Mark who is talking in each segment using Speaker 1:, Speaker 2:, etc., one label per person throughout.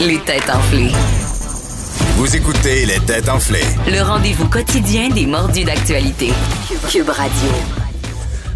Speaker 1: Les têtes enflées.
Speaker 2: Vous écoutez les têtes enflées.
Speaker 1: Le rendez-vous quotidien des mordus d'actualité. Cube Radio.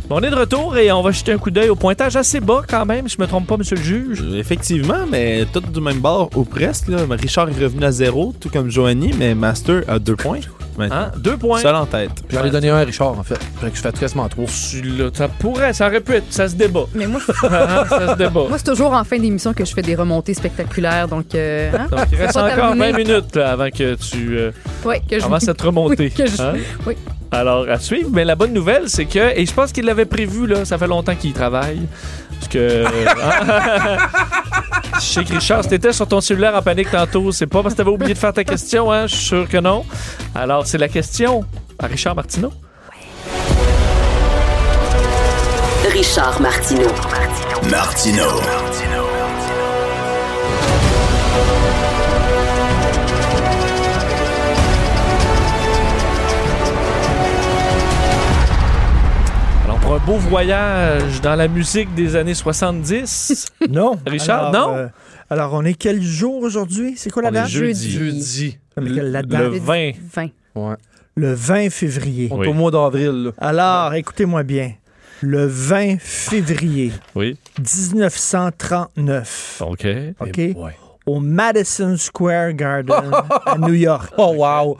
Speaker 3: Bon, on est de retour et on va jeter un coup d'œil au pointage assez bas quand même, si je me trompe pas, monsieur le juge.
Speaker 4: Euh, Effectivement, mais tout du même bord ou presque. Là. Richard est revenu à zéro, tout comme Joanie, mais Master a deux points. maintenant.
Speaker 3: Hein? Deux points.
Speaker 4: Seul en tête.
Speaker 5: J'en ai donné un à Richard, en fait. Fait que je fais quasiment trop.
Speaker 3: Tu l'as- Ça pourrait, ça répète, ça se débat.
Speaker 6: Mais moi,
Speaker 3: Hein, ça se débat.
Speaker 6: moi c'est toujours en fin d'émission que je fais des remontées spectaculaires, donc. euh, hein?
Speaker 3: Donc, il reste
Speaker 6: pas
Speaker 3: encore 20
Speaker 6: terminé.
Speaker 3: minutes là, avant que tu euh,
Speaker 6: Ouais, que je.
Speaker 3: avant cette remontée.
Speaker 6: Oui, que je-
Speaker 3: Hein?
Speaker 6: oui.
Speaker 3: Alors, à suivre. Mais la bonne nouvelle, c'est que, et je pense qu'il l'avait prévu, là, ça fait longtemps qu'il y travaille. Parce que. Je sais que Richard, si t'étais sur ton cellulaire en panique tantôt, c'est pas parce que t'avais oublié de faire ta question, hein? Je suis sûr que non. Alors, c'est la question à Richard Martineau.
Speaker 1: Richard Martineau.
Speaker 2: Martino.
Speaker 3: Alors, pour un beau voyage dans la musique des années 70,
Speaker 7: Non.
Speaker 3: Richard, non?
Speaker 7: euh, alors, on est quel jour aujourd'hui? C'est quoi la
Speaker 3: On est
Speaker 7: date?
Speaker 3: jeudi.
Speaker 5: Jeudi.
Speaker 7: Mais quelle- la date?
Speaker 3: le 20.
Speaker 6: 20.
Speaker 7: Le 20 février.
Speaker 3: Oui.
Speaker 4: Au mois d'avril, là.
Speaker 7: Alors, écoutez-moi bien. Le 20 février
Speaker 3: Oui. Oh,
Speaker 7: 1939,
Speaker 3: OK.
Speaker 7: OK?
Speaker 3: eh
Speaker 7: Au Madison Square Garden à New York.
Speaker 5: Oh, wow.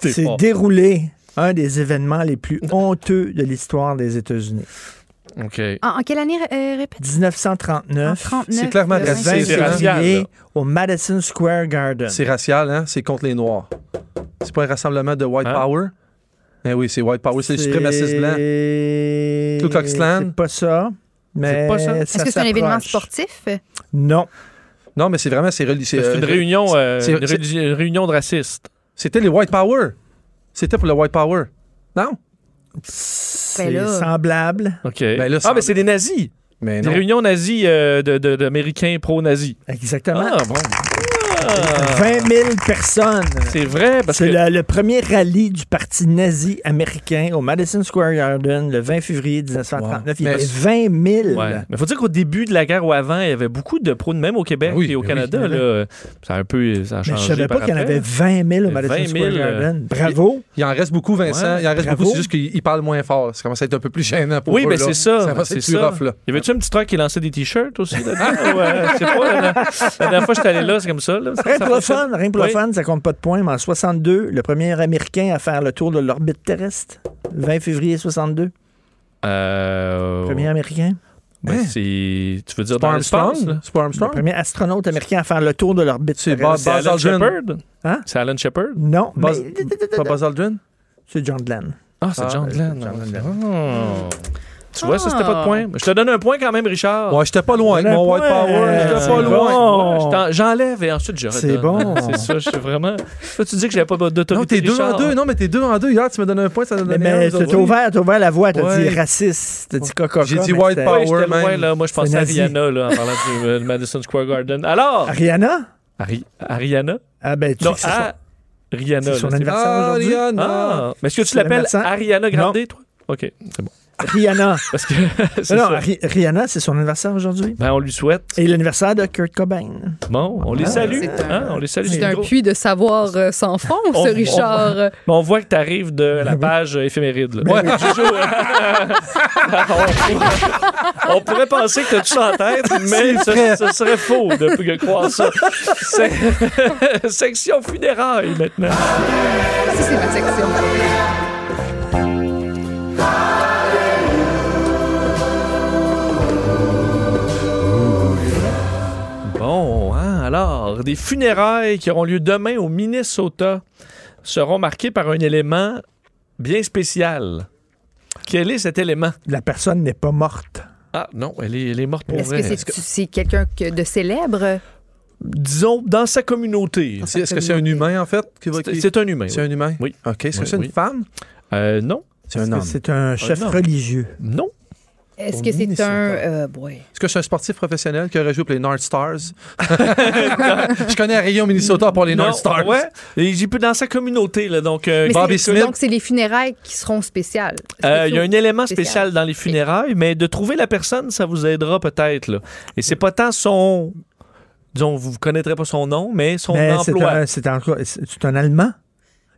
Speaker 3: T'es
Speaker 7: s'est
Speaker 3: fort.
Speaker 7: déroulé un des événements les plus honteux de l'histoire des États-Unis.
Speaker 3: OK.
Speaker 6: En, en quelle année, euh, répète?
Speaker 7: 1939,
Speaker 6: En euh, 39,
Speaker 5: c'est clairement
Speaker 7: le
Speaker 6: le 20.
Speaker 7: 20
Speaker 3: c'est racial,
Speaker 7: février
Speaker 3: là.
Speaker 7: au Madison Square Garden.
Speaker 5: C'est racial, hein? C'est contre les Noirs. C'est pas un rassemblement de White
Speaker 3: Hein?
Speaker 5: Power? Eh oui, c'est White Power, c'est les suprémacistes blancs. Ku Klux Klan.
Speaker 7: C'est pas ça.
Speaker 3: C'est
Speaker 7: Mais
Speaker 3: pas ça.
Speaker 6: Est-ce que c'est un événement Ben
Speaker 7: s'approche.
Speaker 6: sportif?
Speaker 7: Non.
Speaker 5: Non, mais c'est vraiment, c'est reli- c'est,
Speaker 3: C'est une
Speaker 5: euh,
Speaker 3: réunion, euh,
Speaker 5: c'est-
Speaker 3: une
Speaker 5: c'est-
Speaker 3: réuni- une réunion de racistes.
Speaker 5: C'était les White Power. C'était pour le White Power. Non?
Speaker 7: C'est
Speaker 6: là.
Speaker 7: semblable.
Speaker 3: OK.
Speaker 5: Ben là, ça-
Speaker 3: ah, mais c'est des nazis.
Speaker 5: Mais
Speaker 3: Des réunions nazies euh, de- de- d'Américains pro-nazis.
Speaker 7: Exactement.
Speaker 3: Ah, bon. Ah.
Speaker 7: 20 000 personnes.
Speaker 3: C'est vrai, parce que
Speaker 7: C'est le, le premier rallye du parti nazi américain au Madison Square Garden le 20 février 1939. Il y
Speaker 5: Mais-
Speaker 7: avait 20 000.
Speaker 3: Ouais. Mais faut dire qu'au début de la guerre ou avant, il y avait beaucoup de pros, même au Québec
Speaker 5: Oui,
Speaker 3: et au
Speaker 5: oui,
Speaker 3: Canada.
Speaker 5: oui.
Speaker 3: là, euh, ça a un peu ça a
Speaker 7: Mais je
Speaker 3: changé
Speaker 7: savais pas
Speaker 3: par
Speaker 7: qu'il y en
Speaker 3: après.
Speaker 7: avait 20 000 au Madison
Speaker 3: 20 000,
Speaker 7: Square
Speaker 3: euh,
Speaker 7: Garden. Bravo.
Speaker 5: Il en reste beaucoup, Vincent.
Speaker 3: Ouais,
Speaker 5: il en reste
Speaker 7: bravo.
Speaker 5: beaucoup. C'est juste qu'il il parle moins fort. Ça commence à être un peu plus gênant pour
Speaker 3: Oui,
Speaker 5: eux,
Speaker 3: ben
Speaker 5: là.
Speaker 3: c'est ça.
Speaker 5: Ça va
Speaker 3: c'est
Speaker 5: être plus
Speaker 3: ça.
Speaker 5: rough, là.
Speaker 3: Il y avait-tu un petit truck qui lançait des t-shirts aussi là-dedans? Ou, euh, je sais pas, la, la dernière fois que j'étais allé là, c'est comme ça. là. Ça-
Speaker 7: Rien
Speaker 3: ça-
Speaker 7: pour le fun, rien pour le
Speaker 3: Oui.
Speaker 7: fun, ça compte pas de points, mais en 62, le premier Américain à faire le tour de l'orbite terrestre, 20 février 62,
Speaker 3: Euh,
Speaker 5: Oh.
Speaker 7: premier Américain,
Speaker 3: ben,
Speaker 5: Hein?
Speaker 3: c'est- tu veux dire
Speaker 5: C'est pas
Speaker 3: dans l'espace?
Speaker 5: Armstrong?
Speaker 3: là?
Speaker 5: C'est pas
Speaker 7: le
Speaker 5: Armstrong?
Speaker 7: premier astronaute américain à faire le tour de l'orbite
Speaker 5: C'est
Speaker 7: terrestre.
Speaker 3: C'est Alan
Speaker 5: Buzz Aldrin.
Speaker 3: Shepard?
Speaker 7: Hein?
Speaker 3: C'est Alan Shepard?
Speaker 7: Non,
Speaker 5: Buzz-
Speaker 7: mais-
Speaker 5: Pas Buzz Aldrin?
Speaker 7: c'est John Glenn.
Speaker 3: Ah, c'est
Speaker 5: Ah,
Speaker 3: John
Speaker 5: c'est
Speaker 3: Glenn.
Speaker 5: John
Speaker 3: Oh. Tu vois, ça, c'était pas de point. Je te donne un point quand même, Richard.
Speaker 5: Ouais, Oh. j'étais pas loin avec
Speaker 7: Donne un
Speaker 5: mon White
Speaker 7: point. euh,
Speaker 5: Power. J'étais
Speaker 7: C'est
Speaker 5: pas loin.
Speaker 3: Ouais, je t'en- J'enlève et ensuite je redonne.
Speaker 7: C'est bon.
Speaker 3: C'est ça, je suis vraiment. Toi, tu dis que j'avais pas d'autorité.
Speaker 5: Non, t'es deux en
Speaker 3: Richard.
Speaker 5: deux. Non, mais t'es deux en deux. Hier, tu me donnes un point, ça donne
Speaker 7: Mais,
Speaker 5: un
Speaker 7: mais
Speaker 5: point.
Speaker 7: t'as ouvert, t'as ouvert la voie, t'as
Speaker 5: Ouais.
Speaker 7: dit raciste, t'as dit coca
Speaker 5: J'ai dit white power.
Speaker 3: Ouais, j'étais loin,
Speaker 5: man.
Speaker 3: là. Moi, je pensais
Speaker 7: C'est
Speaker 3: à
Speaker 7: nazi.
Speaker 3: Rihanna, là, en parlant du euh, Madison Square Garden. Alors,
Speaker 7: Ariana?
Speaker 3: Ari- Ariana?
Speaker 7: Ah ben, tu
Speaker 3: Non,
Speaker 7: sais que c'est
Speaker 3: à Rihanna.
Speaker 7: son, c'est son
Speaker 3: là, c'est-
Speaker 7: anniversaire
Speaker 5: Ah,
Speaker 7: aujourd'hui.
Speaker 5: Rihanna.
Speaker 3: Ah, mais est-ce que tu
Speaker 7: C'est le
Speaker 3: l'appelles
Speaker 7: médecin.
Speaker 3: Ariana Grande, toi? OK, c'est bon.
Speaker 7: Rihanna.
Speaker 3: Parce que. c'est
Speaker 7: non,
Speaker 3: ça.
Speaker 7: Ri- Rihanna, c'est son anniversaire aujourd'hui.
Speaker 3: Ben, on lui souhaite.
Speaker 7: Et l'anniversaire de Kurt Cobain.
Speaker 3: Bon, on les
Speaker 7: Ah,
Speaker 3: salue.
Speaker 6: c'est un-
Speaker 3: hein, on les salue.
Speaker 6: C'est
Speaker 3: les
Speaker 6: un
Speaker 3: gros.
Speaker 6: puits de savoir euh, sans fond,
Speaker 3: On-
Speaker 6: ce
Speaker 3: on-
Speaker 6: Richard. euh,
Speaker 3: Mais on voit que tu arrives de
Speaker 7: Ben
Speaker 3: la page euh, éphéméride. là. Jojo, euh, on, pourrait, on pourrait penser que tu as tout ça en tête, mais ce, ce serait faux de de croire ça. C'est- Section funérailles maintenant.
Speaker 6: Ah, Ça, c'est ma section.
Speaker 3: Bon, hein, alors, des funérailles qui auront lieu demain au Minnesota seront marquées par un élément bien spécial. Quel est cet élément?
Speaker 7: La personne n'est pas morte.
Speaker 3: Ah non, elle est, elle est morte pour
Speaker 6: Est-ce
Speaker 3: vrai.
Speaker 6: que c'est c'est quelqu'un que- de célèbre?
Speaker 3: Disons, dans sa communauté.
Speaker 5: Ah, C'est- Est-ce que c'est un humain, en fait? qui va-
Speaker 3: C'est
Speaker 5: qui-
Speaker 3: c'est un humain.
Speaker 5: C'est
Speaker 3: oui.
Speaker 5: un humain?
Speaker 3: Oui.
Speaker 5: OK. Est-ce que
Speaker 3: Oui,
Speaker 5: c'est
Speaker 3: oui.
Speaker 5: une femme?
Speaker 3: Euh, non,
Speaker 5: C'est
Speaker 7: Est-ce
Speaker 5: un
Speaker 7: que
Speaker 5: homme.
Speaker 7: C'est un chef
Speaker 3: homme.
Speaker 7: religieux.
Speaker 3: non.
Speaker 6: Est-ce
Speaker 7: Au
Speaker 6: que c'est
Speaker 7: Minnesota.
Speaker 6: un. euh, boy.
Speaker 5: Est-ce que c'est un sportif professionnel qui aurait joué pour les North Stars? Je connais Rio, Minnesota pour les
Speaker 3: Non,
Speaker 5: North Stars.
Speaker 3: Ouais. Et j'y peux dans sa communauté, là. Donc, euh,
Speaker 6: Mais
Speaker 3: bon,
Speaker 5: Bobby
Speaker 6: c'est-
Speaker 5: Smith.
Speaker 6: Donc, c'est les funérailles qui seront spéciales.
Speaker 3: euh, il y a un élément spécial
Speaker 6: spécial.
Speaker 3: dans les funérailles, mais de trouver la personne, ça vous aidera peut-être. là. Et c'est pas tant son disons, vous ne connaîtrez pas son nom, mais son
Speaker 7: Mais c'est
Speaker 3: emploi.
Speaker 7: un, c'est encore- c'est- c'est un Allemand.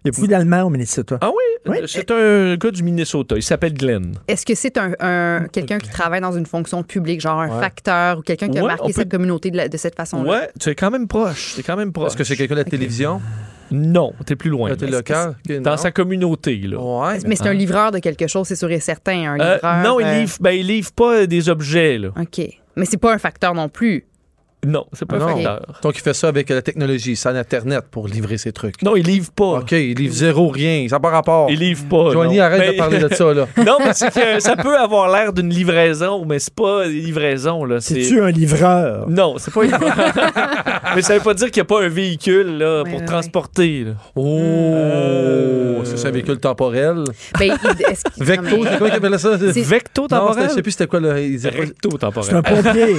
Speaker 7: Il y a beaucoup d'Allemands au Minnesota.
Speaker 3: Ah oui?
Speaker 7: Oui.
Speaker 3: C'est un gars du Minnesota. Il s'appelle Glenn.
Speaker 6: Est-ce que c'est un, un- quelqu'un qui travaille dans une fonction publique, genre un facteur ou quelqu'un qui a
Speaker 3: Ouais, on
Speaker 6: marqué
Speaker 3: peut-
Speaker 6: cette communauté de, la- de cette façon-là?
Speaker 3: Ouais, tu es quand même proche. Tu es quand même proche.
Speaker 5: Est-ce que c'est quelqu'un de la télévision?
Speaker 3: Non, tu es plus loin.
Speaker 5: Côté Ah, local? Ok,
Speaker 3: Dans
Speaker 5: non.
Speaker 3: sa communauté, là.
Speaker 5: Ouais.
Speaker 6: Mais c'est un livreur de quelque chose, c'est sûr et certain. Un
Speaker 3: Euh,
Speaker 6: livreur,
Speaker 3: non, il
Speaker 6: euh,
Speaker 3: livre, ben, il livre pas des objets, là.
Speaker 6: OK. Mais c'est pas un facteur non plus.
Speaker 3: Non, c'est pas
Speaker 5: Ah
Speaker 3: un
Speaker 5: non.
Speaker 3: facteur.
Speaker 5: Donc, il fait ça avec euh, la technologie, ça Internet pour livrer ses trucs.
Speaker 3: Non, il livre pas.
Speaker 5: OK, il livre zéro, rien. Ça n'a pas rapport.
Speaker 3: Oh. Il livre pas.
Speaker 5: Joanie,
Speaker 3: non.
Speaker 5: arrête
Speaker 3: Mais-
Speaker 5: de parler de ça, là.
Speaker 3: non, mais c'est que ça peut avoir l'air d'une livraison, mais c'est pas une livraison, là.
Speaker 7: C'est-tu un livreur?
Speaker 3: Non, c'est pas une Mais ça veut pas dire qu'il n'y a pas un véhicule, là,
Speaker 6: Ouais,
Speaker 3: pour
Speaker 6: ouais,
Speaker 3: transporter, là. Euh.
Speaker 5: Oh! Est-ce que c'est un véhicule temporel?
Speaker 6: Ben, il- est-ce qu'il- non, mais-
Speaker 5: Vecto, c'est quoi qui appelait ça?
Speaker 6: C'est-
Speaker 3: Vecto
Speaker 5: Non, c'était- je sais
Speaker 3: temporel?
Speaker 5: plus c'était quoi, là. Ils disaient-
Speaker 3: Recto
Speaker 7: C'est un
Speaker 3: temporel.
Speaker 7: pompier.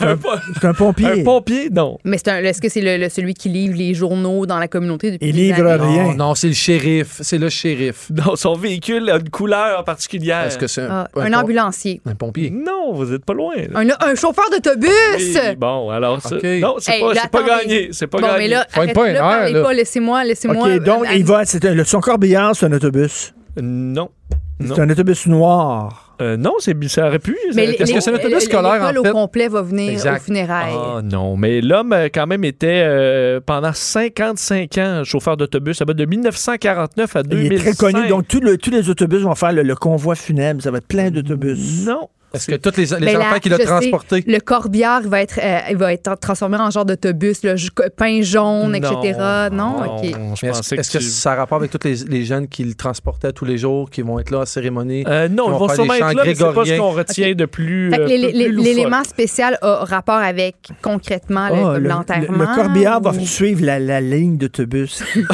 Speaker 3: Un, po-
Speaker 7: C'est un pompier.
Speaker 3: un pompier? Non.
Speaker 6: Mais c'est un- est-ce que c'est le, le- celui qui livre les journaux dans la communauté depuis
Speaker 7: Il
Speaker 6: des
Speaker 7: livre
Speaker 6: années?
Speaker 7: rien.
Speaker 5: Non, non, c'est le shérif. C'est le shérif.
Speaker 3: Non, son véhicule a une couleur particulière.
Speaker 5: Est-ce que c'est un,
Speaker 6: Ah, un
Speaker 5: pom-
Speaker 6: ambulancier.
Speaker 5: Un pompier.
Speaker 3: Non, vous êtes pas loin. là.
Speaker 6: Un, un chauffeur d'autobus!
Speaker 3: Oui, bon, alors, ça-
Speaker 5: Ok.
Speaker 3: non, c'est
Speaker 6: Hey,
Speaker 3: pas,
Speaker 6: là,
Speaker 3: c'est pas
Speaker 6: attendez.
Speaker 3: gagné. C'est pas
Speaker 6: bon,
Speaker 3: gagné.
Speaker 6: mais là,
Speaker 5: Faut être pas
Speaker 6: arrêtez-le,
Speaker 5: une heure,
Speaker 6: parlez
Speaker 5: là.
Speaker 6: pas, laissez-moi,
Speaker 7: OK,
Speaker 6: laissez-moi.
Speaker 7: donc
Speaker 6: euh,
Speaker 7: il va. c'est un- le- son corbillard, c'est un autobus.
Speaker 3: Non. Non.
Speaker 7: C'est un autobus noir.
Speaker 3: Euh, non, c'est bi- ça aurait pu. ça-
Speaker 6: Mais
Speaker 3: Est-ce que c'est
Speaker 5: l'autobus scolaire,
Speaker 6: L'école
Speaker 5: en
Speaker 6: au
Speaker 5: fait?
Speaker 6: complet va venir
Speaker 5: Exact.
Speaker 6: aux funérailles.
Speaker 3: Ah non, mais l'homme euh, quand même était euh, pendant 55 ans chauffeur d'autobus, ça va de 1949 à
Speaker 7: Il
Speaker 3: 2005.
Speaker 7: est très connu. Donc, tout le- tous les autobus vont faire le, le convoi funèbre. Ça va être plein d'autobus.
Speaker 3: non,
Speaker 5: Est-ce que tous les, les
Speaker 6: Ben là,
Speaker 5: enfants qui l'ont
Speaker 6: je sais,
Speaker 5: transporté?
Speaker 6: Le corbillard va être, euh, il va être transformé en genre d'autobus, le ju- pain jaune, etc. Non,
Speaker 3: non,
Speaker 6: ok.
Speaker 3: je
Speaker 5: Mais Est-ce
Speaker 3: pensais
Speaker 5: est-ce que,
Speaker 3: tu-
Speaker 5: ça a rapport avec tous les, les jeunes qui le transportaient tous les jours, qui vont être là à la cérémonie?
Speaker 3: Euh, non,
Speaker 5: Ils
Speaker 3: ils
Speaker 5: vont
Speaker 3: vont
Speaker 5: faire
Speaker 3: sûrement
Speaker 5: des
Speaker 3: être
Speaker 5: chants
Speaker 3: là, mais c'est pas ce
Speaker 5: grégoriens.
Speaker 3: qu'on retient de plus.
Speaker 6: Fait que
Speaker 3: euh,
Speaker 6: l'é-
Speaker 3: plus- plus
Speaker 6: l'é-
Speaker 3: loufoque.
Speaker 6: L'élément spécial a rapport avec concrètement le-
Speaker 7: Ah,
Speaker 6: comme
Speaker 7: le,
Speaker 6: l'enterrement.
Speaker 7: le- le corbillard va
Speaker 6: ou-
Speaker 7: suivre la, la ligne d'autobus. Puis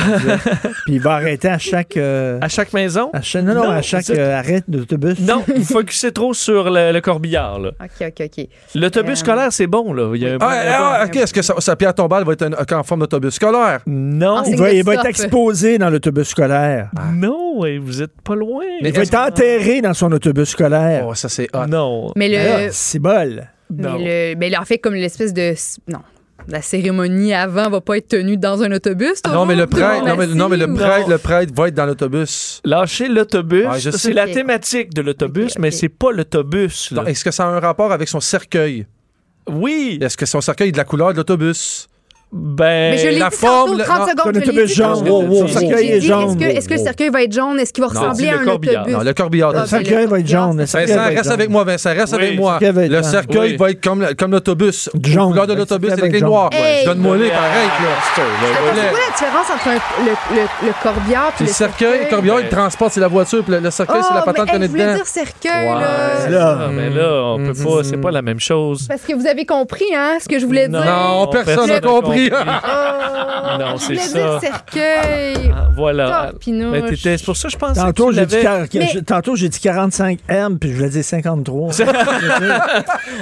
Speaker 7: il va arrêter à chaque. euh,
Speaker 3: À chaque maison?
Speaker 7: à chaque- non, non,
Speaker 3: Non,
Speaker 7: à chaque
Speaker 3: c'est-
Speaker 7: euh, arrêt d'autobus.
Speaker 3: Non, vous focussez trop sur le, le corbillard. là.
Speaker 6: Ok, ok, ok.
Speaker 3: L'autobus
Speaker 6: Euh,
Speaker 3: scolaire, c'est bon. là. Il y a un-
Speaker 5: Ah, ah, ok, est-ce que sa, sa pierre tombale va être un- en forme d'autobus scolaire?
Speaker 3: Non,
Speaker 6: Enseigne-
Speaker 7: Il va, il va
Speaker 6: Stop.
Speaker 7: être exposé dans l'autobus scolaire.
Speaker 6: Ah.
Speaker 3: non, et vous êtes pas loin.
Speaker 7: Il va être enterré dans son autobus scolaire.
Speaker 5: Oh, ça c'est hot.
Speaker 3: Non.
Speaker 6: Mais le,
Speaker 7: Ah, c'est bol.
Speaker 6: mais
Speaker 3: non.
Speaker 6: le- mais en fait, comme l'espèce de. Non. La cérémonie avant va pas être tenue dans un autobus.
Speaker 5: Non, mais le
Speaker 6: toujours,
Speaker 5: prêtre,
Speaker 6: tout
Speaker 5: non, mais,
Speaker 6: monde
Speaker 5: non, mais le
Speaker 6: assis, ou-
Speaker 5: prêtre, le prêtre va être dans l'autobus.
Speaker 3: Lâcher l'autobus,
Speaker 5: Ouais, Ah, je sais.
Speaker 3: c'est la
Speaker 6: Ok.
Speaker 3: thématique de l'autobus,
Speaker 6: Ok, ok.
Speaker 3: mais c'est pas l'autobus. là.
Speaker 5: Donc, Est-ce que ça a un rapport avec son cercueil?
Speaker 3: Oui,
Speaker 5: Est-ce que son cercueil est de la couleur de l'autobus?
Speaker 3: ben...
Speaker 6: Mais je l'ai
Speaker 5: la
Speaker 6: dit
Speaker 5: forme,
Speaker 6: tantôt,
Speaker 5: le-
Speaker 6: 30
Speaker 5: non,
Speaker 6: secondes.
Speaker 7: ton
Speaker 6: je l'ai
Speaker 7: autobus
Speaker 6: dit
Speaker 7: jaune.
Speaker 6: tantôt.
Speaker 7: Wow, wow,
Speaker 6: J'ai
Speaker 7: wow.
Speaker 6: dit,
Speaker 7: Cercueil est
Speaker 6: est-ce
Speaker 7: jaune.
Speaker 6: que- Est-ce que le cercueil va être jaune? Est-ce qu'il va
Speaker 3: Non,
Speaker 6: ressembler
Speaker 3: c'est
Speaker 6: à
Speaker 3: le
Speaker 6: un
Speaker 3: corbillard.
Speaker 6: autobus?
Speaker 5: Non, le corbillard.
Speaker 6: Ah,
Speaker 7: Le cercueil va être jaune. Le cercueil
Speaker 5: Vincent,
Speaker 7: va être
Speaker 5: reste
Speaker 7: jaune.
Speaker 5: avec moi, Vincent, reste
Speaker 3: Oui,
Speaker 5: avec
Speaker 3: le
Speaker 5: moi.
Speaker 7: cercueil va être
Speaker 5: Le
Speaker 7: jaune.
Speaker 5: cercueil
Speaker 3: Oui.
Speaker 5: va être comme, comme l'autobus. La
Speaker 7: Jaune.
Speaker 5: couleur de
Speaker 7: Le
Speaker 5: l'autobus,
Speaker 7: cercueil
Speaker 5: avec
Speaker 7: va
Speaker 5: les
Speaker 7: être
Speaker 5: noirs.
Speaker 6: Hey! Ah,
Speaker 5: Donne-moi les pareil, là.
Speaker 6: Attends, C'est quoi la différence entre un- le, le, le corbillard
Speaker 5: Puis
Speaker 6: et
Speaker 5: le cercueil, le corbillard, il le transporte, c'est la voiture, puis le, le cercueil, c'est la
Speaker 6: Oh,
Speaker 5: patente
Speaker 6: mais,
Speaker 5: qu'on
Speaker 6: hey,
Speaker 5: est
Speaker 6: je voulais
Speaker 5: dedans.
Speaker 6: dire cercueil, là.
Speaker 3: Ouais,
Speaker 7: là.
Speaker 3: mais ben, là, on peut
Speaker 5: Mm-hmm.
Speaker 3: pas, c'est pas la même chose.
Speaker 6: Parce que vous avez compris, hein, ce que je voulais dire.
Speaker 5: Non, personne
Speaker 6: n'a
Speaker 5: compris.
Speaker 6: Oh,
Speaker 3: Non,
Speaker 6: je
Speaker 3: c'est
Speaker 6: voulais
Speaker 3: ça.
Speaker 6: dire cercueil.
Speaker 3: Ah, Voilà.
Speaker 6: Torpinouche.
Speaker 3: Mais t'étais- c'est pour ça que je pense
Speaker 7: Tantôt,
Speaker 3: que tu
Speaker 7: j'ai dit,
Speaker 3: l'avais-
Speaker 7: quar- j'ai- tantôt, j'ai dit 45 M, puis je voulais dire 53.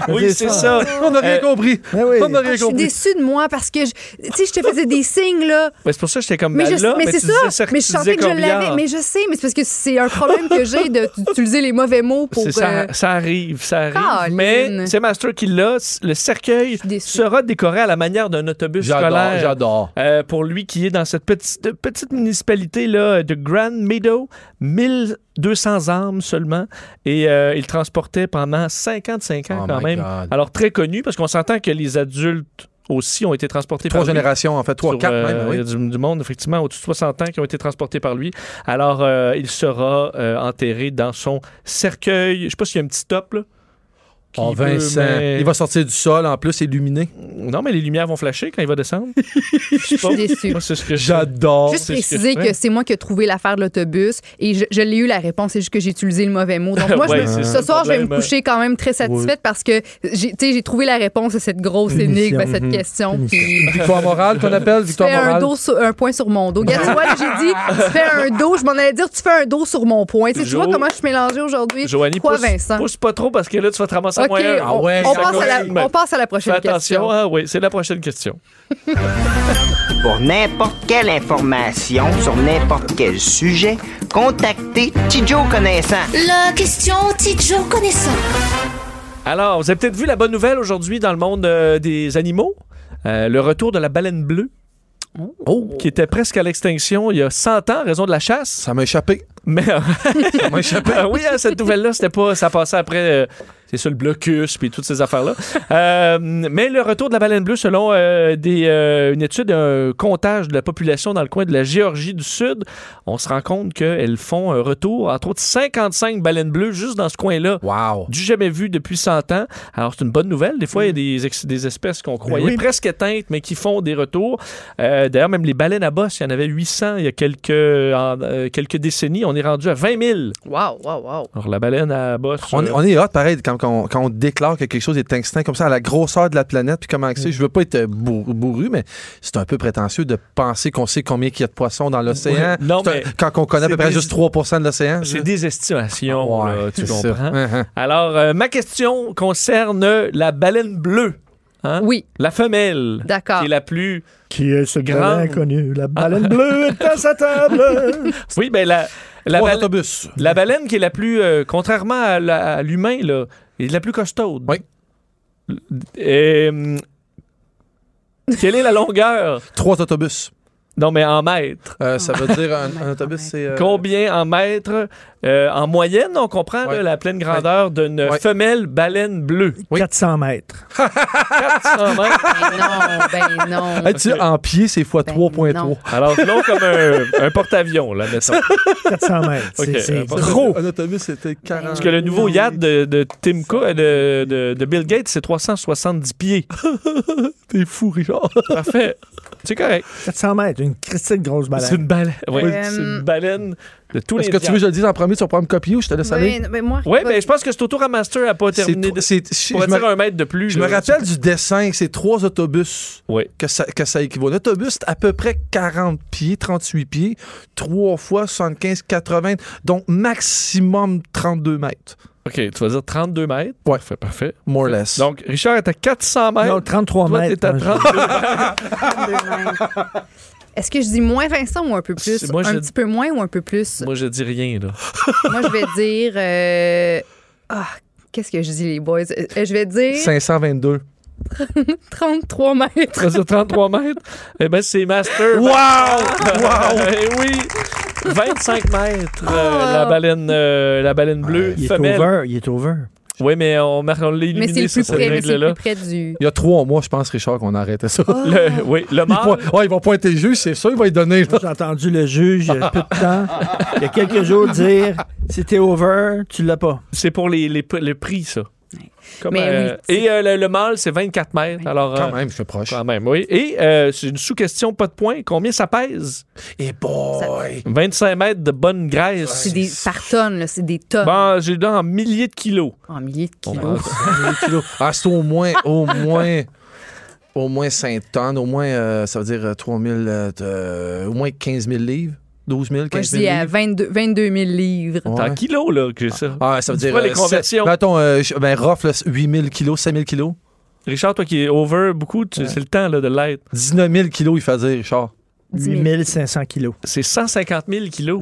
Speaker 3: Oui, c'est ça.
Speaker 5: On n'a rien
Speaker 3: Euh,
Speaker 5: compris.
Speaker 7: Mais Eh, oui.
Speaker 5: On n'a
Speaker 6: Ah,
Speaker 5: rien
Speaker 6: je suis
Speaker 5: compris.
Speaker 6: déçue de moi parce que, je- tu sais, je te faisais des signes, là.
Speaker 3: Mais c'est pour ça que j'étais comme
Speaker 6: Mais,
Speaker 3: ben
Speaker 6: je-
Speaker 3: là,
Speaker 6: mais c'est
Speaker 3: tu disais
Speaker 6: ça.
Speaker 3: cer-
Speaker 6: Mais
Speaker 3: tu
Speaker 6: je sentais
Speaker 3: disais
Speaker 6: que je
Speaker 3: corbillard.
Speaker 6: l'avais. Mais je sais, mais c'est parce que c'est un problème que j'ai de- d'utiliser les mauvais mots pour.
Speaker 3: C'est ça,
Speaker 6: euh,
Speaker 3: ça arrive, ça arrive.
Speaker 6: Caroline.
Speaker 3: Mais c'est Master qui l'a. c- Le cercueil
Speaker 6: suis déçue.
Speaker 3: sera décoré à la manière d'un autobus
Speaker 5: J'adore,
Speaker 3: scolaire.
Speaker 5: j'adore.
Speaker 3: Euh, pour lui qui est dans cette petite, petite municipalité là, de Grand Meadow, 1200 âmes seulement, et euh, il transportait pendant 55 ans
Speaker 5: Oh
Speaker 3: quand
Speaker 5: my
Speaker 3: même.
Speaker 5: God.
Speaker 3: Alors très connu, parce qu'on s'entend que les adultes aussi ont été transportés
Speaker 5: Trois
Speaker 3: par lui.
Speaker 5: générations, en fait, trois,
Speaker 3: Sur,
Speaker 5: quatre
Speaker 3: euh,
Speaker 5: même. hein,
Speaker 3: Il y
Speaker 5: oui.
Speaker 3: a du, du monde, effectivement, au-dessus de 60 ans qui ont été transportés par lui. Alors, euh, il sera euh, enterré dans son cercueil. Je sais pas s'il y a un petit top, là. qui
Speaker 5: Oh,
Speaker 3: peut,
Speaker 5: Vincent.
Speaker 3: mais-
Speaker 5: Il va sortir du sol, en plus, illuminé.
Speaker 3: Non, mais les lumières vont flasher quand il va descendre. Je
Speaker 6: suis déçue.
Speaker 3: Moi, c'est ce que je-
Speaker 5: J'adore.
Speaker 6: Juste
Speaker 3: c'est ce que
Speaker 6: préciser
Speaker 3: je
Speaker 6: que,
Speaker 3: ferais.
Speaker 6: c'est moi qui ai trouvé l'affaire de l'autobus et je, je l'ai eu la réponse, c'est juste que j'ai utilisé le mauvais mot. Donc moi, je
Speaker 3: Ouais,
Speaker 6: me-
Speaker 3: c'est ça
Speaker 6: ce
Speaker 3: le
Speaker 6: soir, je vais me
Speaker 3: problème. euh,
Speaker 6: coucher quand même très satisfaite parce que j'ai tu sais, j'ai trouvé la réponse à cette grosse
Speaker 7: Punition.
Speaker 6: énigme, à
Speaker 3: Mhm.
Speaker 6: cette question. Puis
Speaker 5: Victoire morale, qu'on appelle
Speaker 6: tu fais
Speaker 5: Victoire
Speaker 6: un,
Speaker 5: morale.
Speaker 6: dos sur- un point sur mon dos. Regarde, tu vois, là, j'ai dit, tu fais un dos, je m'en allais dire, tu fais un dos sur mon point. Tu sais, tu
Speaker 3: Jo-
Speaker 6: vois comment je suis mélangée aujourd'hui?
Speaker 3: Joanie,
Speaker 6: Quoi,
Speaker 3: pousse,
Speaker 6: Vincent?
Speaker 3: pousse pas trop parce que là, tu vas te ramasser à
Speaker 6: OK,
Speaker 3: moyen.
Speaker 6: on,
Speaker 5: Ah ouais,
Speaker 6: on
Speaker 5: ça
Speaker 6: passe à
Speaker 3: continue.
Speaker 6: la, on passe à
Speaker 3: Ah
Speaker 6: la
Speaker 3: Fais
Speaker 6: prochaine
Speaker 3: attention.
Speaker 6: question.
Speaker 3: Ah oui, c'est la prochaine question.
Speaker 8: Pour n'importe quelle information sur n'importe quel sujet, contactez Tidjo Connaissant.
Speaker 9: La question Tidjo connaissant.
Speaker 3: Alors, vous avez peut-être vu la bonne nouvelle aujourd'hui dans le monde euh, des animaux. Euh, le retour de la baleine bleue. Oh, Qui était presque à l'extinction il y a 100 ans, raison de la chasse.
Speaker 5: Ça m'a échappé.
Speaker 3: Mais Ah oui, hein, cette nouvelle-là, c'était pas, ça passait après, euh, c'est ça le blocus puis toutes ces affaires-là. Euh, mais le retour de la baleine bleue, selon euh, des, euh, une étude, un comptage de la population dans le coin de la Géorgie du Sud, on se rend compte qu'elles font un retour, entre autres 55 baleines bleues juste dans ce coin-là.
Speaker 5: Wow.
Speaker 3: Du jamais vu depuis 100 ans. Alors, c'est une bonne nouvelle. Des fois, il y a des, ex- des espèces qu'on croyait presque éteintes, mais qui font des retours. Euh, D'ailleurs, même les baleines à bosse, il y en avait 800 il y a quelques, en- euh, quelques décennies. On est rendu à 20 000.
Speaker 6: Wow, wow, wow.
Speaker 3: Alors, la baleine à bosse.
Speaker 5: On,
Speaker 3: euh,
Speaker 5: on est hot, pareil, quand, quand on, quand on déclare que quelque chose est extinct comme ça, à la grosseur de la planète, puis comment que
Speaker 3: Mm.
Speaker 5: c'est. Je veux pas être euh, bour- bourru, mais c'est un peu prétentieux de penser qu'on sait combien qu'il y a de poissons dans l'océan.
Speaker 3: Ouais. Non,
Speaker 5: C'est un-
Speaker 3: mais
Speaker 5: quand on connaît à peu
Speaker 3: c'est
Speaker 5: près
Speaker 3: des-
Speaker 5: juste 3 de l'océan.
Speaker 3: C'est
Speaker 5: là.
Speaker 3: des estimations,
Speaker 5: Ouais,
Speaker 3: là, tu
Speaker 5: c'est
Speaker 3: comprends.
Speaker 5: ça. Uh-huh.
Speaker 3: Alors, euh, ma question concerne la baleine bleue. Hein?
Speaker 6: Oui,
Speaker 3: La femelle,
Speaker 6: d'accord.
Speaker 3: qui est la plus...
Speaker 7: Qui est ce
Speaker 3: Grand.
Speaker 7: grand inconnu?
Speaker 3: Ah.
Speaker 7: La baleine bleue est à sa table.
Speaker 3: Oui, ben la, la,
Speaker 5: Trois
Speaker 3: bale-
Speaker 5: autobus.
Speaker 3: la baleine qui est la plus... euh, contrairement à la- à l'humain, là, est la plus costaude.
Speaker 5: Oui.
Speaker 3: Et, hum, quelle est la longueur?
Speaker 5: Trois autobus.
Speaker 3: Non, mais en mètres.
Speaker 5: Euh, ça veut dire un, un autobus, c'est. euh,
Speaker 3: Combien en mètres? Euh, en moyenne, on comprend
Speaker 5: Ouais.
Speaker 3: là, la pleine grandeur d'une
Speaker 5: Ouais.
Speaker 3: femelle baleine bleue.
Speaker 7: 400 mètres.
Speaker 5: Ah!
Speaker 3: 400 mètres.
Speaker 6: Ben non, ben non.
Speaker 5: Hey, tu sais, en pied, c'est fois
Speaker 6: Ben
Speaker 5: 3.3.
Speaker 6: non.
Speaker 3: Alors, long comme un, un porte-avions, là, mettons.
Speaker 7: 400 mètres.
Speaker 3: Ok,
Speaker 7: C'est- c'est
Speaker 3: euh, pas-
Speaker 7: gros.
Speaker 5: Un autobus, c'était
Speaker 6: Ben,
Speaker 5: 40.
Speaker 3: Parce que le nouveau yacht de, de Tim Cook, euh, de, de, de Bill Gates, c'est 370 pieds.
Speaker 5: T'es fou, Richard.
Speaker 3: Parfait. C'est correct.
Speaker 7: 400 mètres. Une christine grosse
Speaker 3: C'est
Speaker 7: baleine.
Speaker 3: une baleine. Ouais,
Speaker 6: Euh,
Speaker 3: c'est une baleine de tous
Speaker 5: Est-ce
Speaker 3: les
Speaker 5: que tu veux que je le dise en premier, tu vas pas me copier ou je te laisse aller?
Speaker 6: Oui, mais Ben, moi,
Speaker 3: Oui, mais ben, je pense que c'est au tour à Master à pas
Speaker 5: C'est
Speaker 3: terminer.
Speaker 5: tro-
Speaker 3: de-
Speaker 5: c'est- je-
Speaker 3: Pour
Speaker 5: je me-
Speaker 3: dire un mètre de plus.
Speaker 5: Je me
Speaker 3: là.
Speaker 5: rappelle du dessin, c'est trois autobus
Speaker 3: Oui.
Speaker 5: que ça, que ça équivaut. L'autobus, c'est à peu près 40 pieds, 38 pieds, 3 fois 75, 80, donc maximum 32 mètres,
Speaker 3: OK, tu vas dire 32 mètres.
Speaker 5: Ouais.
Speaker 3: Parfait, parfait.
Speaker 5: more or less.
Speaker 3: Donc, Richard est à 400 mètres.
Speaker 7: Non, 33
Speaker 3: Toi,
Speaker 7: mètres.
Speaker 3: t'es à
Speaker 7: moi, je-
Speaker 3: 30.
Speaker 6: Est-ce que je dis moins Vincent ou un peu plus?
Speaker 3: C'est- moi,
Speaker 6: un
Speaker 3: je-
Speaker 6: petit peu moins ou un peu plus?
Speaker 3: Moi, je dis rien, là.
Speaker 6: Moi, je vais dire. euh, Ah, qu'est-ce que je dis, les boys? Euh, Je vais dire
Speaker 5: 522.
Speaker 6: 33 mètres.
Speaker 3: Tu vas dire 33 mètres. Eh bien, c'est Master.
Speaker 5: Wow!
Speaker 3: Wow! Eh oui! 25 mètres, euh,
Speaker 6: Ah.
Speaker 3: la baleine, euh, la baleine bleue,
Speaker 7: Ah, Il est
Speaker 3: femelle.
Speaker 7: over. Il est over.
Speaker 3: Oui, mais on, mar- on l'a
Speaker 6: Mais c'est
Speaker 3: éliminé,
Speaker 6: le
Speaker 3: ça,
Speaker 6: plus
Speaker 3: cette
Speaker 6: près, mais c'est le
Speaker 3: règle-là.
Speaker 6: plus près du.
Speaker 5: Il y a trois mois, je pense, Richard, qu'on arrêtait
Speaker 6: Oh.
Speaker 5: ça.
Speaker 3: Le- oui, le
Speaker 5: Ils,
Speaker 3: mâle.
Speaker 5: vont- ouais, ils vont pointer le juge, c'est sûr, il va y donner. là.
Speaker 3: Ah.
Speaker 7: Moi, J'ai entendu le juge il y a peu de temps, il y a quelques jours, dire si t'es over, tu l'as pas.
Speaker 3: C'est pour les, les, le prix, ça. Comme,
Speaker 6: Mais
Speaker 3: euh,
Speaker 6: oui, c'est-
Speaker 3: Et euh, le, le mâle, c'est 24 mètres. Alors, euh,
Speaker 5: Quand même, je suis proche.
Speaker 3: quand même, oui. Et euh, c'est une sous-question, pas de point. Combien ça pèse?
Speaker 5: Et Eh, boy!
Speaker 3: 25 mètres de bonne graisse.
Speaker 6: C'est des par tonne, là, c'est des tonnes
Speaker 3: Bon, j'ai dans en milliers de kilos.
Speaker 6: en milliers de kilos.
Speaker 3: Bon, ben,
Speaker 5: Ah, c'est au moins, au moins, au moins 5 tonnes, au moins, euh, ça veut dire euh, 3000, euh, euh, au moins 15 000 livres, 12 000,
Speaker 6: Moi,
Speaker 5: 15
Speaker 6: je
Speaker 5: 000
Speaker 6: dis à
Speaker 5: livres.
Speaker 6: 22, 22 000 livres.
Speaker 5: Ouais.
Speaker 3: T'es en kilos, là, que j'ai ça.
Speaker 5: Ah, ça veut
Speaker 3: Tu
Speaker 5: dire.
Speaker 3: vois les
Speaker 5: euh,
Speaker 3: conversions.
Speaker 5: sept- mettons, euh, je- ben, rough, là, 8 000 kilos, 5 000 kilos.
Speaker 3: Richard, toi qui es over beaucoup, tu- c'est le temps là, de l'être.
Speaker 5: 19 000 kilos, il faisait, Richard.
Speaker 6: 10 000.
Speaker 7: 8500 kilos.
Speaker 3: C'est 150 000 kilos.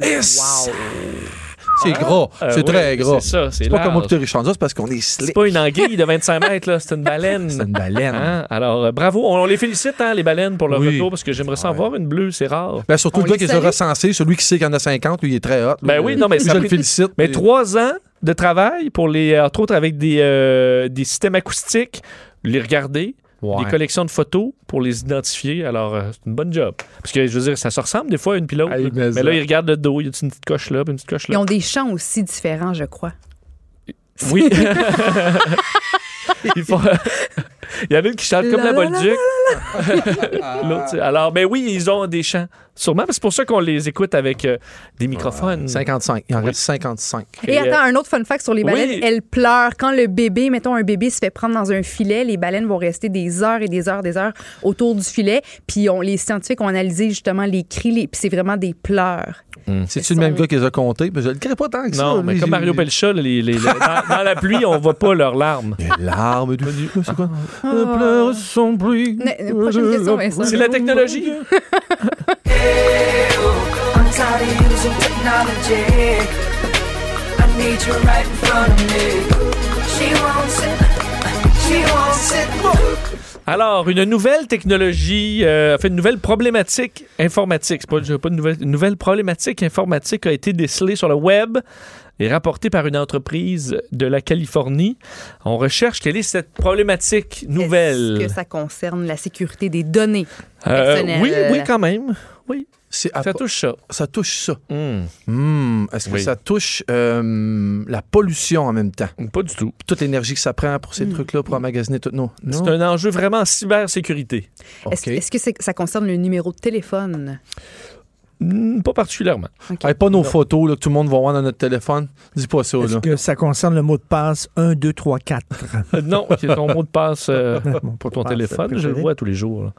Speaker 5: C'est gras,
Speaker 3: Euh,
Speaker 5: c'est
Speaker 3: oui,
Speaker 5: très gras.
Speaker 3: C'est ça, c'est
Speaker 5: C'est pas comme
Speaker 3: large.
Speaker 5: moi et Richard, c'est parce qu'on est
Speaker 3: C'est
Speaker 5: slick.
Speaker 3: pas une anguille de 25 mètres, là, c'est une
Speaker 5: C'est
Speaker 3: baleine.
Speaker 5: une baleine.
Speaker 3: Hein? Alors, euh, bravo. On, on les félicite, hein, les baleines, pour leur
Speaker 5: Oui.
Speaker 3: retour, parce que j'aimerais s'en voir une bleue, c'est rare.
Speaker 5: Ben, surtout
Speaker 6: On
Speaker 5: le gars
Speaker 6: les
Speaker 5: qui les a
Speaker 6: salue.
Speaker 5: recensés, celui qui sait qu'il y en a 50, lui, il est très hot.
Speaker 3: Ben
Speaker 5: Lui,
Speaker 3: oui,
Speaker 5: euh,
Speaker 3: non, mais
Speaker 5: je
Speaker 3: ça
Speaker 5: le
Speaker 3: prit-
Speaker 5: félicite.
Speaker 3: Mais
Speaker 5: Et-
Speaker 3: trois ans de travail, pour les, entre autres avec des, euh, des systèmes acoustiques, les regarder,
Speaker 5: Ouais.
Speaker 3: des collections de photos pour les identifier. Alors, euh, c'est une bonne job. Parce que, je veux dire, ça se ressemble des fois à une pilote.
Speaker 5: Aïe, mais
Speaker 3: mais
Speaker 5: ça.
Speaker 3: là, ils regardent le dos, il y a une petite coche là, puis une petite coche
Speaker 6: Ils
Speaker 3: là.
Speaker 6: ont des champs aussi différents, je crois.
Speaker 3: Oui. Ils font- Il y en a une qui chante comme la
Speaker 6: La, la, la,
Speaker 3: Bolduc. L'autre, c'est- Alors, ben oui, ils ont des chants. Sûrement, mais c'est pour ça qu'on les écoute avec euh, des microphones.
Speaker 5: 55. Il en reste 55.
Speaker 6: Et
Speaker 3: euh,
Speaker 6: attends, un autre fun fact sur les
Speaker 3: oui.
Speaker 6: baleines, elles pleurent. Quand le bébé, mettons un bébé se fait prendre dans un filet, les baleines vont rester des heures et des heures, des heures autour du filet. Puis on, les scientifiques ont analysé justement les cris, les- puis c'est vraiment des pleurs.
Speaker 5: C'est-tu le même
Speaker 6: sont-
Speaker 5: gars qui les a comptés? Ben, je le crée pas tant que ça.
Speaker 3: Non, mais
Speaker 5: lui,
Speaker 3: comme
Speaker 5: j'ai-
Speaker 3: Mario Pelcha, les- les- les- dans, dans la pluie, on voit pas leurs larmes.
Speaker 5: Les larmes du... C'est quoi? Les pleurs sont bruits.
Speaker 6: Ah. Ne- euh, prochaine question, Vincent.
Speaker 3: C'est la technologie.
Speaker 10: I'm tired of using technology. I need you right in front of me. She won't sit. She won't sit.
Speaker 3: Alors, une nouvelle technologie, euh, enfin, une nouvelle problématique informatique, c'est pas, je- pas une, nouvelle, une nouvelle problématique informatique a été décelée sur le web et rapportée par une entreprise de la Californie. On recherche quelle est cette problématique nouvelle.
Speaker 6: Est-ce que ça concerne la sécurité des données
Speaker 3: Euh,
Speaker 6: personnelles?
Speaker 3: oui, oui, quand même. Oui.
Speaker 5: C'est à-
Speaker 3: Ça touche ça.
Speaker 5: ça touche ça. Hmm, Est-ce que
Speaker 3: Oui.
Speaker 5: ça touche euh, la pollution en même temps?
Speaker 3: Pas du tout.
Speaker 5: Toute l'énergie que ça prend pour
Speaker 6: Hmm.
Speaker 5: ces trucs-là, pour emmagasiner tout. Non. non.
Speaker 3: C'est un enjeu vraiment en cybersécurité.
Speaker 6: Est-ce
Speaker 5: OK.
Speaker 6: est-ce que c'est- ça concerne le numéro de téléphone?
Speaker 3: Hmm, Pas particulièrement.
Speaker 5: Hey, pas nos photos là, que tout le monde va voir dans notre téléphone. Dis pas ça.
Speaker 7: Est-ce
Speaker 5: Là.
Speaker 7: que ça concerne le mot de passe 1, 2, 3, 4?
Speaker 3: non, c'est ton mot de passe euh,
Speaker 7: Mon mot
Speaker 3: pour
Speaker 7: de
Speaker 3: ton
Speaker 7: passe
Speaker 3: téléphone. Je le
Speaker 7: préféré.
Speaker 3: vois tous les jours. là.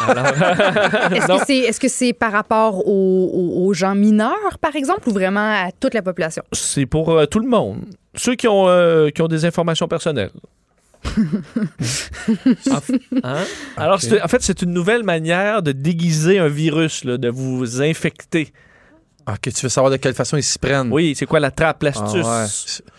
Speaker 3: Ah,
Speaker 6: Est-ce que c'est est-ce que c'est par rapport aux, aux- aux gens mineurs, par exemple, ou vraiment à toute la population?
Speaker 3: C'est pour euh, tout le monde. Ceux qui ont, euh, qui ont des informations personnelles. En f- hein? Alors, c'est- en fait, c'est une nouvelle manière de déguiser un virus, là, de vous infecter.
Speaker 5: Ah, Ok, tu veux savoir de quelle façon ils s'y prennent?
Speaker 3: Oui, c'est quoi la trappe,
Speaker 5: Hmm. Ah,
Speaker 3: l'astuce?
Speaker 5: ouais. C'est-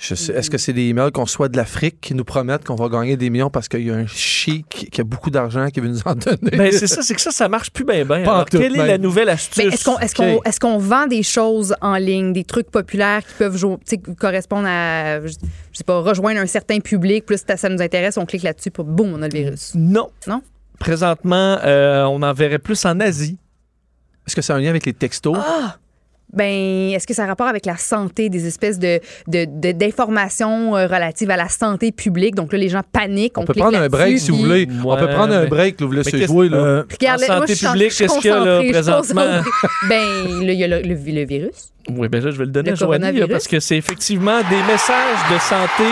Speaker 5: Je sais, est-ce que c'est des emails qu'on soit de l'Afrique qui nous promettent qu'on va gagner des millions parce qu'il y a un chic qui a beaucoup d'argent qui veut nous en donner?
Speaker 3: Ben, c'est ça, c'est que ça, ça marche plus bien, bien.
Speaker 5: Pas en
Speaker 3: Alors,
Speaker 5: tout,
Speaker 3: Quelle est
Speaker 5: même.
Speaker 3: la nouvelle astuce?
Speaker 6: Ben, Est-ce qu'on est-ce qu'on- est-ce qu'on vend des choses en ligne, des trucs populaires qui peuvent jo- tu sais, correspondre à, je, je sais pas, rejoindre un certain public, plus ça, ça nous intéresse, on clique là-dessus, puis boum, on a le virus.
Speaker 3: Non.
Speaker 6: Non?
Speaker 3: Présentement, euh, on en verrait plus en Asie.
Speaker 5: Est-ce que c'est un lien avec les textos?
Speaker 6: Ah, Ben, est-ce que ça a rapport avec la santé, des espèces de de- de- d'informations euh, relatives à la santé publique? Donc là, les gens paniquent, on,
Speaker 5: on peut
Speaker 6: clique
Speaker 5: prendre un
Speaker 6: là-dessus,
Speaker 5: break si vous
Speaker 6: puis-
Speaker 5: voulez. on
Speaker 3: Ouais,
Speaker 5: peut prendre un
Speaker 3: mais-
Speaker 5: break, là, vous voulez
Speaker 3: mais
Speaker 5: se
Speaker 3: qu'est-ce-
Speaker 5: jouer. Là.
Speaker 7: Euh,
Speaker 6: Regarde,
Speaker 3: En
Speaker 6: moi,
Speaker 3: santé
Speaker 6: je suis en-
Speaker 3: publique,
Speaker 6: je suis
Speaker 3: qu'est-ce qu'il y a, là,
Speaker 6: concentrée, je suis
Speaker 3: présentement?
Speaker 6: concentrée. ben, là, il y a le, le vi- le virus.
Speaker 3: Oui, ben là, je vais le donner à
Speaker 6: Le
Speaker 3: Joanie, là,
Speaker 6: coronavirus.
Speaker 3: parce que c'est effectivement des messages de santé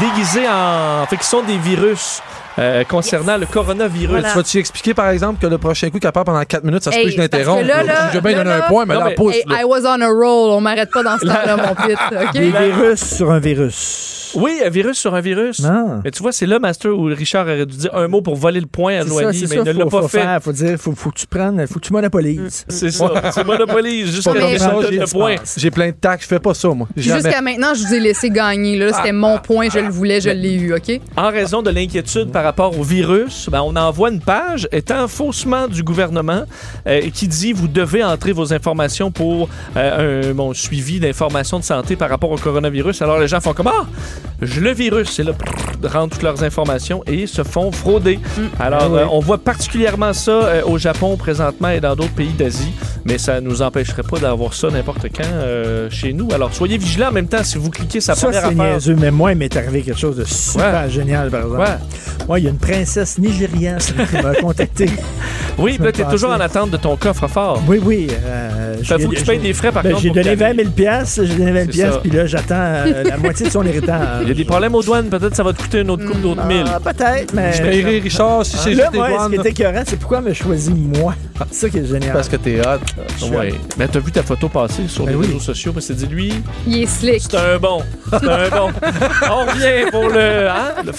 Speaker 3: déguisés en. fait, qui sont des virus euh, concernant le coronavirus.
Speaker 5: Tu vas-tu expliquer, par exemple, que le prochain coup qu'elle parle pendant 4 minutes, ça se
Speaker 6: Hey,
Speaker 5: peut que je
Speaker 6: parce que
Speaker 5: l'interrompe?
Speaker 6: là, là,
Speaker 5: je veux bien
Speaker 6: là,
Speaker 5: donner
Speaker 6: là-
Speaker 5: un point, mais
Speaker 3: Non,
Speaker 5: là,
Speaker 3: mais-
Speaker 5: pousse.
Speaker 6: Hey,
Speaker 5: là.
Speaker 6: I was on a roll. On m'arrête pas dans ce temps-là, mon pute.
Speaker 7: Des
Speaker 6: OK?
Speaker 7: virus sur un virus.
Speaker 3: Oui, un virus sur un virus.
Speaker 7: Non.
Speaker 3: Mais tu vois, c'est là, Master, où Richard aurait dû dire un mot pour voler le point à
Speaker 7: C'est ça,
Speaker 3: Joanie,
Speaker 7: c'est
Speaker 3: mais
Speaker 7: ça.
Speaker 3: il ne
Speaker 7: faut-
Speaker 3: l'a pas
Speaker 7: faut
Speaker 3: fait.
Speaker 7: faire, faut dire, faut, faut que tu prennes, faut que tu monopolises.
Speaker 3: C'est ça. C'est Monopoly, jusqu'à
Speaker 6: Pas
Speaker 3: ce qu'il
Speaker 6: comme ça,
Speaker 3: donne
Speaker 5: j'ai-
Speaker 3: le point.
Speaker 5: J'ai plein de tacs, je fais pas ça, moi. Jamais.
Speaker 6: Jusqu'à maintenant, je vous ai laissé gagner. Là, c'était mon point. Je le voulais, je l'ai eu. OK?
Speaker 3: En raison de l'inquiétude par rapport au virus, ben, on envoie une page étant faussement du gouvernement euh, qui dit vous devez entrer vos informations pour euh, un bon, suivi d'informations de santé par rapport au coronavirus. Alors les gens font comme ah, je le virus, et là prrr, rentrent toutes leurs informations et se font frauder.
Speaker 7: Mm. Ah
Speaker 3: Alors euh, on voit particulièrement ça euh, au Japon présentement et dans d'autres pays d'Asie, mais ça nous empêcherait pas d'avoir ça n'importe quand euh, chez nous. Alors soyez vigilants en même temps si vous cliquez sa
Speaker 7: Ça,
Speaker 3: première
Speaker 7: c'est
Speaker 3: affaire.
Speaker 7: niaiseux, mais moi, il m'est arrivé quelque chose de super génial, par exemple.
Speaker 3: Ouais.
Speaker 7: Moi, il y a une princesse nigériane qui m'a contacté.
Speaker 3: Oui, puis là,
Speaker 7: Ça
Speaker 3: t'es
Speaker 7: me
Speaker 3: toujours en
Speaker 7: passait.
Speaker 3: attente de ton coffre-fort.
Speaker 7: Oui, oui. euh,
Speaker 3: Ça
Speaker 7: j'ai-
Speaker 3: faut que tu
Speaker 7: j'ai-
Speaker 3: payes des frais, par
Speaker 7: ben,
Speaker 3: contre.
Speaker 7: j'ai
Speaker 3: pour
Speaker 7: donné
Speaker 3: que t'ailles.
Speaker 7: 20 000 piastres, j'ai donné 20 000
Speaker 3: C'est ça.
Speaker 7: piastres, puis là, j'attends euh, la moitié de son héritage.
Speaker 3: Il y a des problèmes aux douanes, peut-être ça va te coûter une autre coupe d'autres mille.
Speaker 7: Ah, peut-être, mais...
Speaker 5: Je paierai Richard si c'est
Speaker 7: Là,
Speaker 5: juste des
Speaker 7: moi, ce
Speaker 5: douanes,
Speaker 7: qui est écœurant, c'est pourquoi elle m'a choisi moi. C'est ça qui est génial.
Speaker 5: Parce que t'es hot.
Speaker 3: Ouais. Mais t'as vu ta photo passer sur
Speaker 7: Ben
Speaker 3: les
Speaker 7: oui.
Speaker 3: réseaux sociaux, mais c'est dit lui,
Speaker 6: Il est slick.
Speaker 3: c'est un bon. C'est un bon. On revient pour le. hein, le